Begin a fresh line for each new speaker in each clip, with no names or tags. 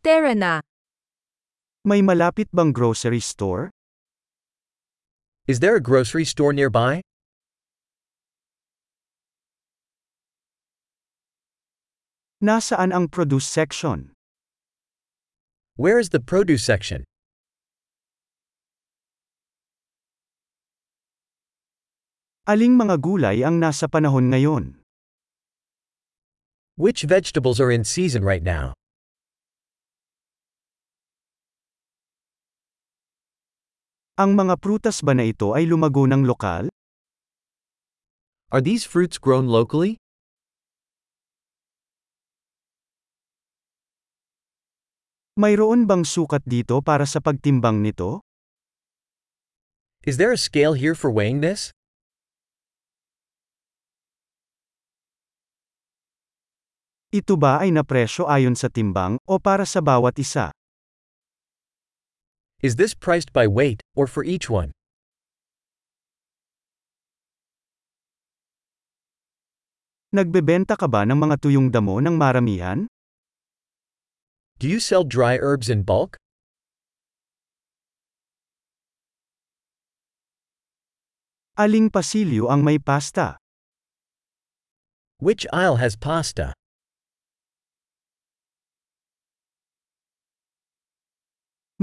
Tara na.
May malapit bang grocery store?
Is there a grocery store nearby?
Nasaan ang produce section?
Where is the produce section?
Aling mga gulay ang nasa panahon ngayon?
Which vegetables are in season right now?
Ang mga prutas ba na ito ay lumago ng lokal?
Are these fruits grown locally?
Mayroon bang sukat dito para sa pagtimbang nito?
Is there a scale here for weighing this?
Ito ba ay napresyo ayon sa timbang o para sa bawat isa?
Is this priced by weight, or for each one?
Nagbebenta ka ba ng mga tuyong damo ng maramihan?
Do you sell dry herbs in bulk?
Aling pasilyo ang may pasta?
Which aisle has pasta?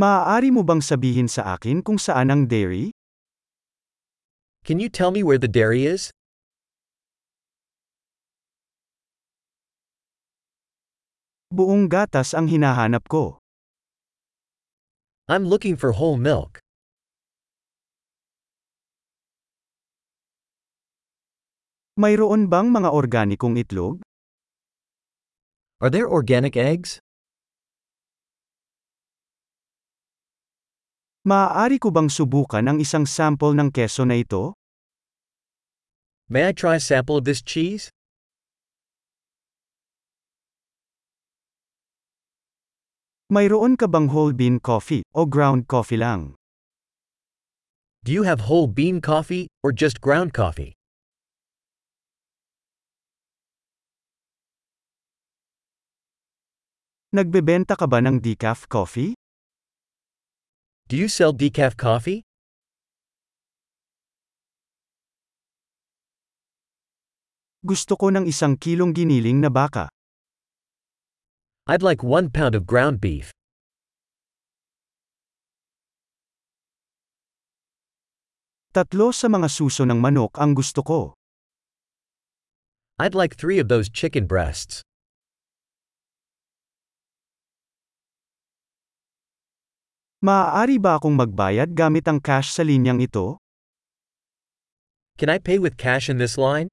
Maaari mo bang sabihin sa akin kung saan ang dairy?
Can you tell me where the dairy is?
Buong gatas ang hinahanap ko.
I'm looking for whole milk.
Mayroon bang mga organikong itlog?
Are there organic eggs?
Maaari ko bang subukan ang isang sample ng keso na ito?
May I try a sample of this cheese?
Mayroon ka bang whole bean coffee o ground coffee lang?
Do you have whole bean coffee, or just ground coffee?
Nagbebenta ka ba ng decaf coffee?
Do you sell decaf coffee?
Gusto ko ng isang kilong giniling na baka.
I'd like one pound of ground beef.
Tatlo sa mga suso ng manok ang gusto ko.
I'd like three of those chicken breasts.
Maaari ba akong magbayad gamit ang cash sa linyang ito?
Can I pay with cash in this line?